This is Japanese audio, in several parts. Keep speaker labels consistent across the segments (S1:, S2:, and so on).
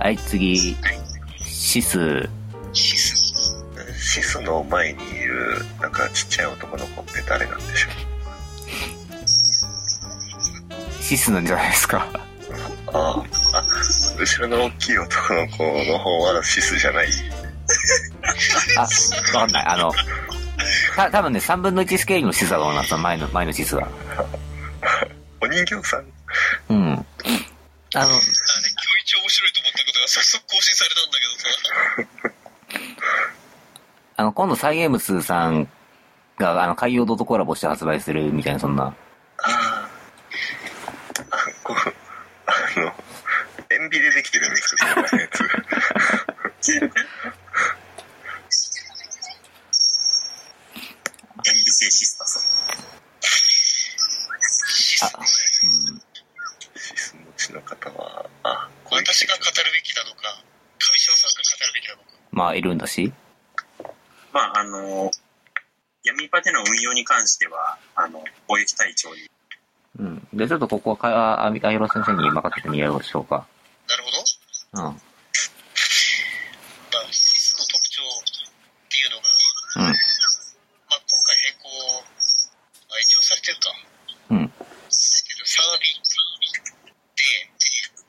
S1: はい、次、シス。
S2: シス。シスの前にいる、なんかちっちゃい男の子って誰なんでしょ
S1: シスなんじゃないですか。
S2: うああ。あ、後ろの大きい男の子の方はシスじゃない。
S1: あ、わかんない。あの、た多分ね、3分の1スケールのシスだと思います、その前の、前のシスが。
S2: お人形さん
S1: うん。あの、
S3: あれ、今日一応面白いと思ったことが早速更新されたんだけどさ。
S1: あの、今度サイエムスさんが、あの、海洋堂とコラボして発売するみたいな、そんな。
S2: ああ。あ、こう、あの、塩ビでできてるんですよ、このやつ。
S4: 塩ビ性シスターさん。
S1: うん。
S2: シス持ちの方は、あ、こういう
S3: 私が語るべきなのか、上昇さんが語るべきなのか。
S1: まあ、いるんだし。
S4: まあ、あの、闇バでの運用に関しては、あの、攻撃隊長に。
S1: うん。で、ちょっとここは、かあ、あいろ先生に任せてみようでしょうか。
S3: なるほど。
S1: うん。うん。
S3: まあ、シスの特徴っていうのが、まあ、今回変更、あ、一応されてるか。
S1: うん。
S3: されてる。サービで、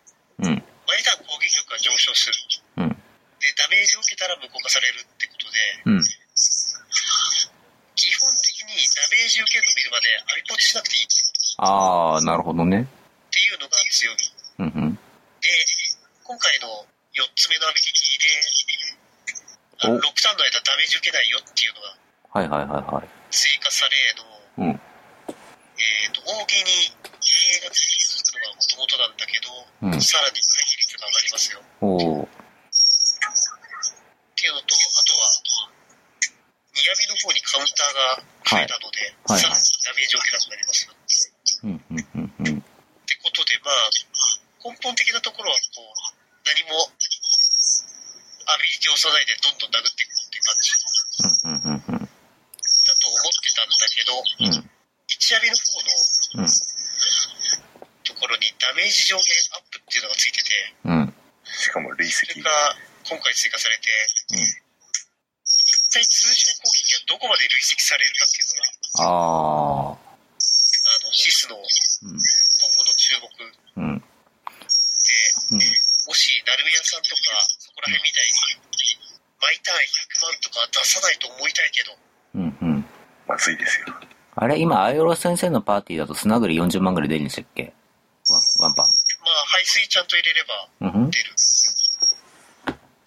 S1: うん。
S3: 毎段攻撃力が上昇する。
S1: うん。
S3: で、ダメージを受けたら無効化されるってことで、
S1: うん。
S3: 基本的にダメージ受けるの見るまでアリポチしなくていいっ
S1: あー、なるほどね。
S3: ていうのが強み。
S1: うんうん。
S3: で、今回の4つ目のアビリティで、あの
S1: お
S3: 6ターンの間ダメージ受けないよっていうのが
S1: はいはいはいはい。
S3: 追加され
S1: う
S3: の、
S1: ん。
S3: えっ、と、大げに経営が追求するのがもともとなんだけど、
S1: うん
S3: さらに回避率が上がりますよ。っ
S1: おー。
S3: ていうのと、あとは、ニアミの方にカウンターが増えたので、
S1: はいはい
S3: さらにダメージを受けなく
S1: うんうん
S3: なりますよ。っ
S1: うんうん。
S3: てことで、まあ、根本的なところは、こう、何も、アビリティを押さないでどんどん殴っていくっていう感じ
S1: うんうんうんうん。
S3: だと思ってたんだけど、
S1: うん。
S3: 一アビの方の
S1: うん。
S3: ところにダメージ上限アップっていうのがついてて、
S1: うん。
S2: しかも累
S3: それ
S2: 積
S3: が。今回追加されて、
S1: うん
S3: 一体通常攻撃がどこまで累積されるかっていうのが、
S1: あ
S3: あの、シスの今
S1: ー。うん。
S3: 後の注目
S1: う
S3: で、
S1: ん。うん。
S3: もし、ナルメヤさんとか、そこら辺みたいに、毎単位100万とか出さないと思いたいけど、
S1: うんうん。
S2: まずいですよ。
S1: あれ、今、アイオロ先生のパーティーだとスナグリ40万ぐらい出るんでしたっけワンワンパ
S3: まあ、排水ちゃんと入れれば
S1: ン。うんうん。
S3: 出る。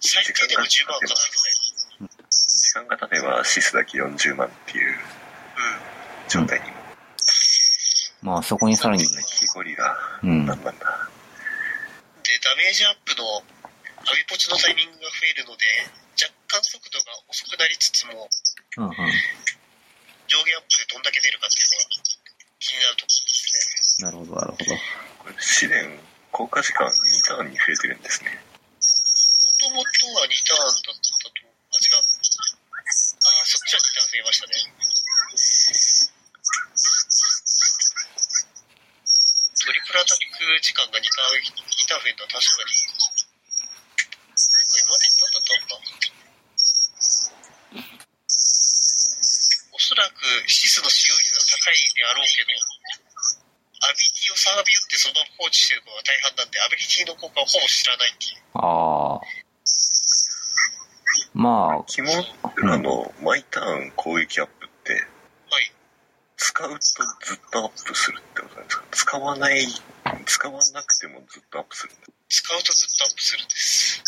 S3: 最低でも10万はかないとね。
S2: 時間が経てばシスだけ40万っていう状態にも。
S1: まあ、そこにさらに、
S2: ナキゴリラ、
S1: うん
S2: 何なんだ。
S3: で、ダメージアップのアビポチのタイミングが増えるので、若干速度が遅くなりつつも、
S1: うんうん。
S3: 上限アップでどんだけ出るかっていうのが気になるとこ
S1: なるほど、なる
S3: ろですね。
S1: ほど。
S2: これ試練、効果時間2ターンに増えてるんですね。
S3: もともとは2ターンだったと、あ、違う。あ、そっちは2ターン増えましたね。トリプルアタック時間が2ターン、2ターン増えるのは確かに、今まで1ターンだったのか。おそらくシスの使用率が高いであろうけど、アビリティをサービ打ってそのまま放置してるのが大半なんで、アビリティの効果をほぼ知らないっていう。
S1: ああ。ま
S2: キモラの毎ターン攻撃アップって、
S3: はい。
S2: 使うとずっとアップするってことなんですか使わない、使わなくてもずっとアップするんだ。
S3: 使うとずっとアップするんです。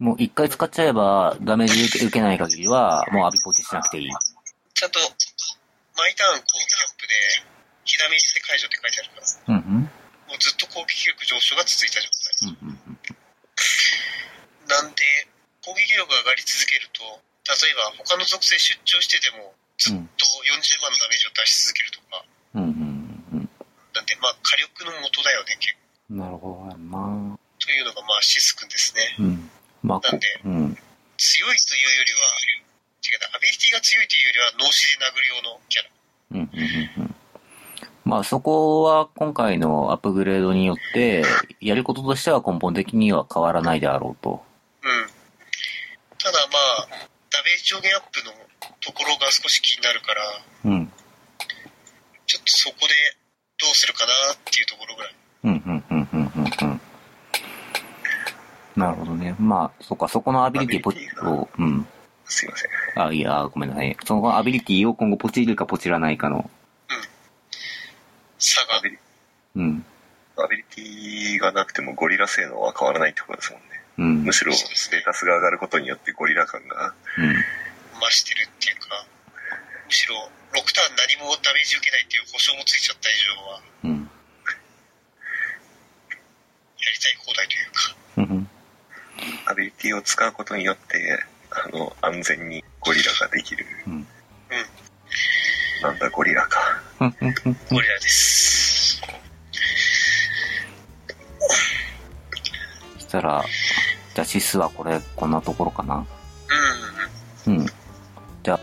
S1: あ、もう一回使っちゃえば、ダメージ受け受けない限りは、もうアビポチしなくていい。
S3: ちゃんと、毎ターン攻撃アップで、火ダメージで解除って書いてあるから、
S1: うんうん。
S3: もうずっと攻撃力上昇が続いた状態。
S1: うんうんうん。
S3: なんで、攻撃力が上がり続けると、例えば他の属性出張してでも、ずっと40万のダメージを出し続けるとか、
S1: うんうん
S3: なんで、まあ火力の元だよね、結
S1: う
S3: 構。
S1: ん。なるほど、まあ。
S3: というのが、まあシス君ですね。
S1: うん。まあ、
S3: な
S1: こ
S3: んで、
S1: うん。
S3: 強いというよりは、違うな、アビリティが強いというよりは、脳死で殴る用のキャラ。
S1: うんうんうんうん。まあそこは今回のアップグレードによって、やることとしては根本的には変わらないであろうと。
S3: うん。ただまあ、ダメージ上限アップのところが少し気になるから、
S1: うん。
S3: ちょっとそこでどうするかなっていうところぐらい。
S1: うん、うん、うん、うん、うん、うん。なるほどね。まあ、そっか、そこのアビリティポチを、うん。
S2: すいません。
S1: あ、いや、ごめんなさい。そのアビリティを今後ポチるかポチらないかの。
S3: 差が。
S1: うん。
S2: アビリティがなくてもゴリラ性能は変わらないってことですもんね。
S1: うん。うん
S2: む。しろ、ステータスが上がることによってゴリラ感が、
S3: 増してるっていうか、むしろ6ターン何もダメージ受けないっていう保証もついちゃった以上は、
S1: うん。
S3: やりたい放題というか、
S1: うん。
S2: アビリティを使うことによって、あの、安全にゴリラができる。
S1: うん。
S2: なんだ、ゴリラか。
S1: うん。うん。うん。
S3: ゴリラです。
S1: そしたら、じゃあシスはこれ、こんなところかな。
S3: うん。
S1: うん。じゃあ、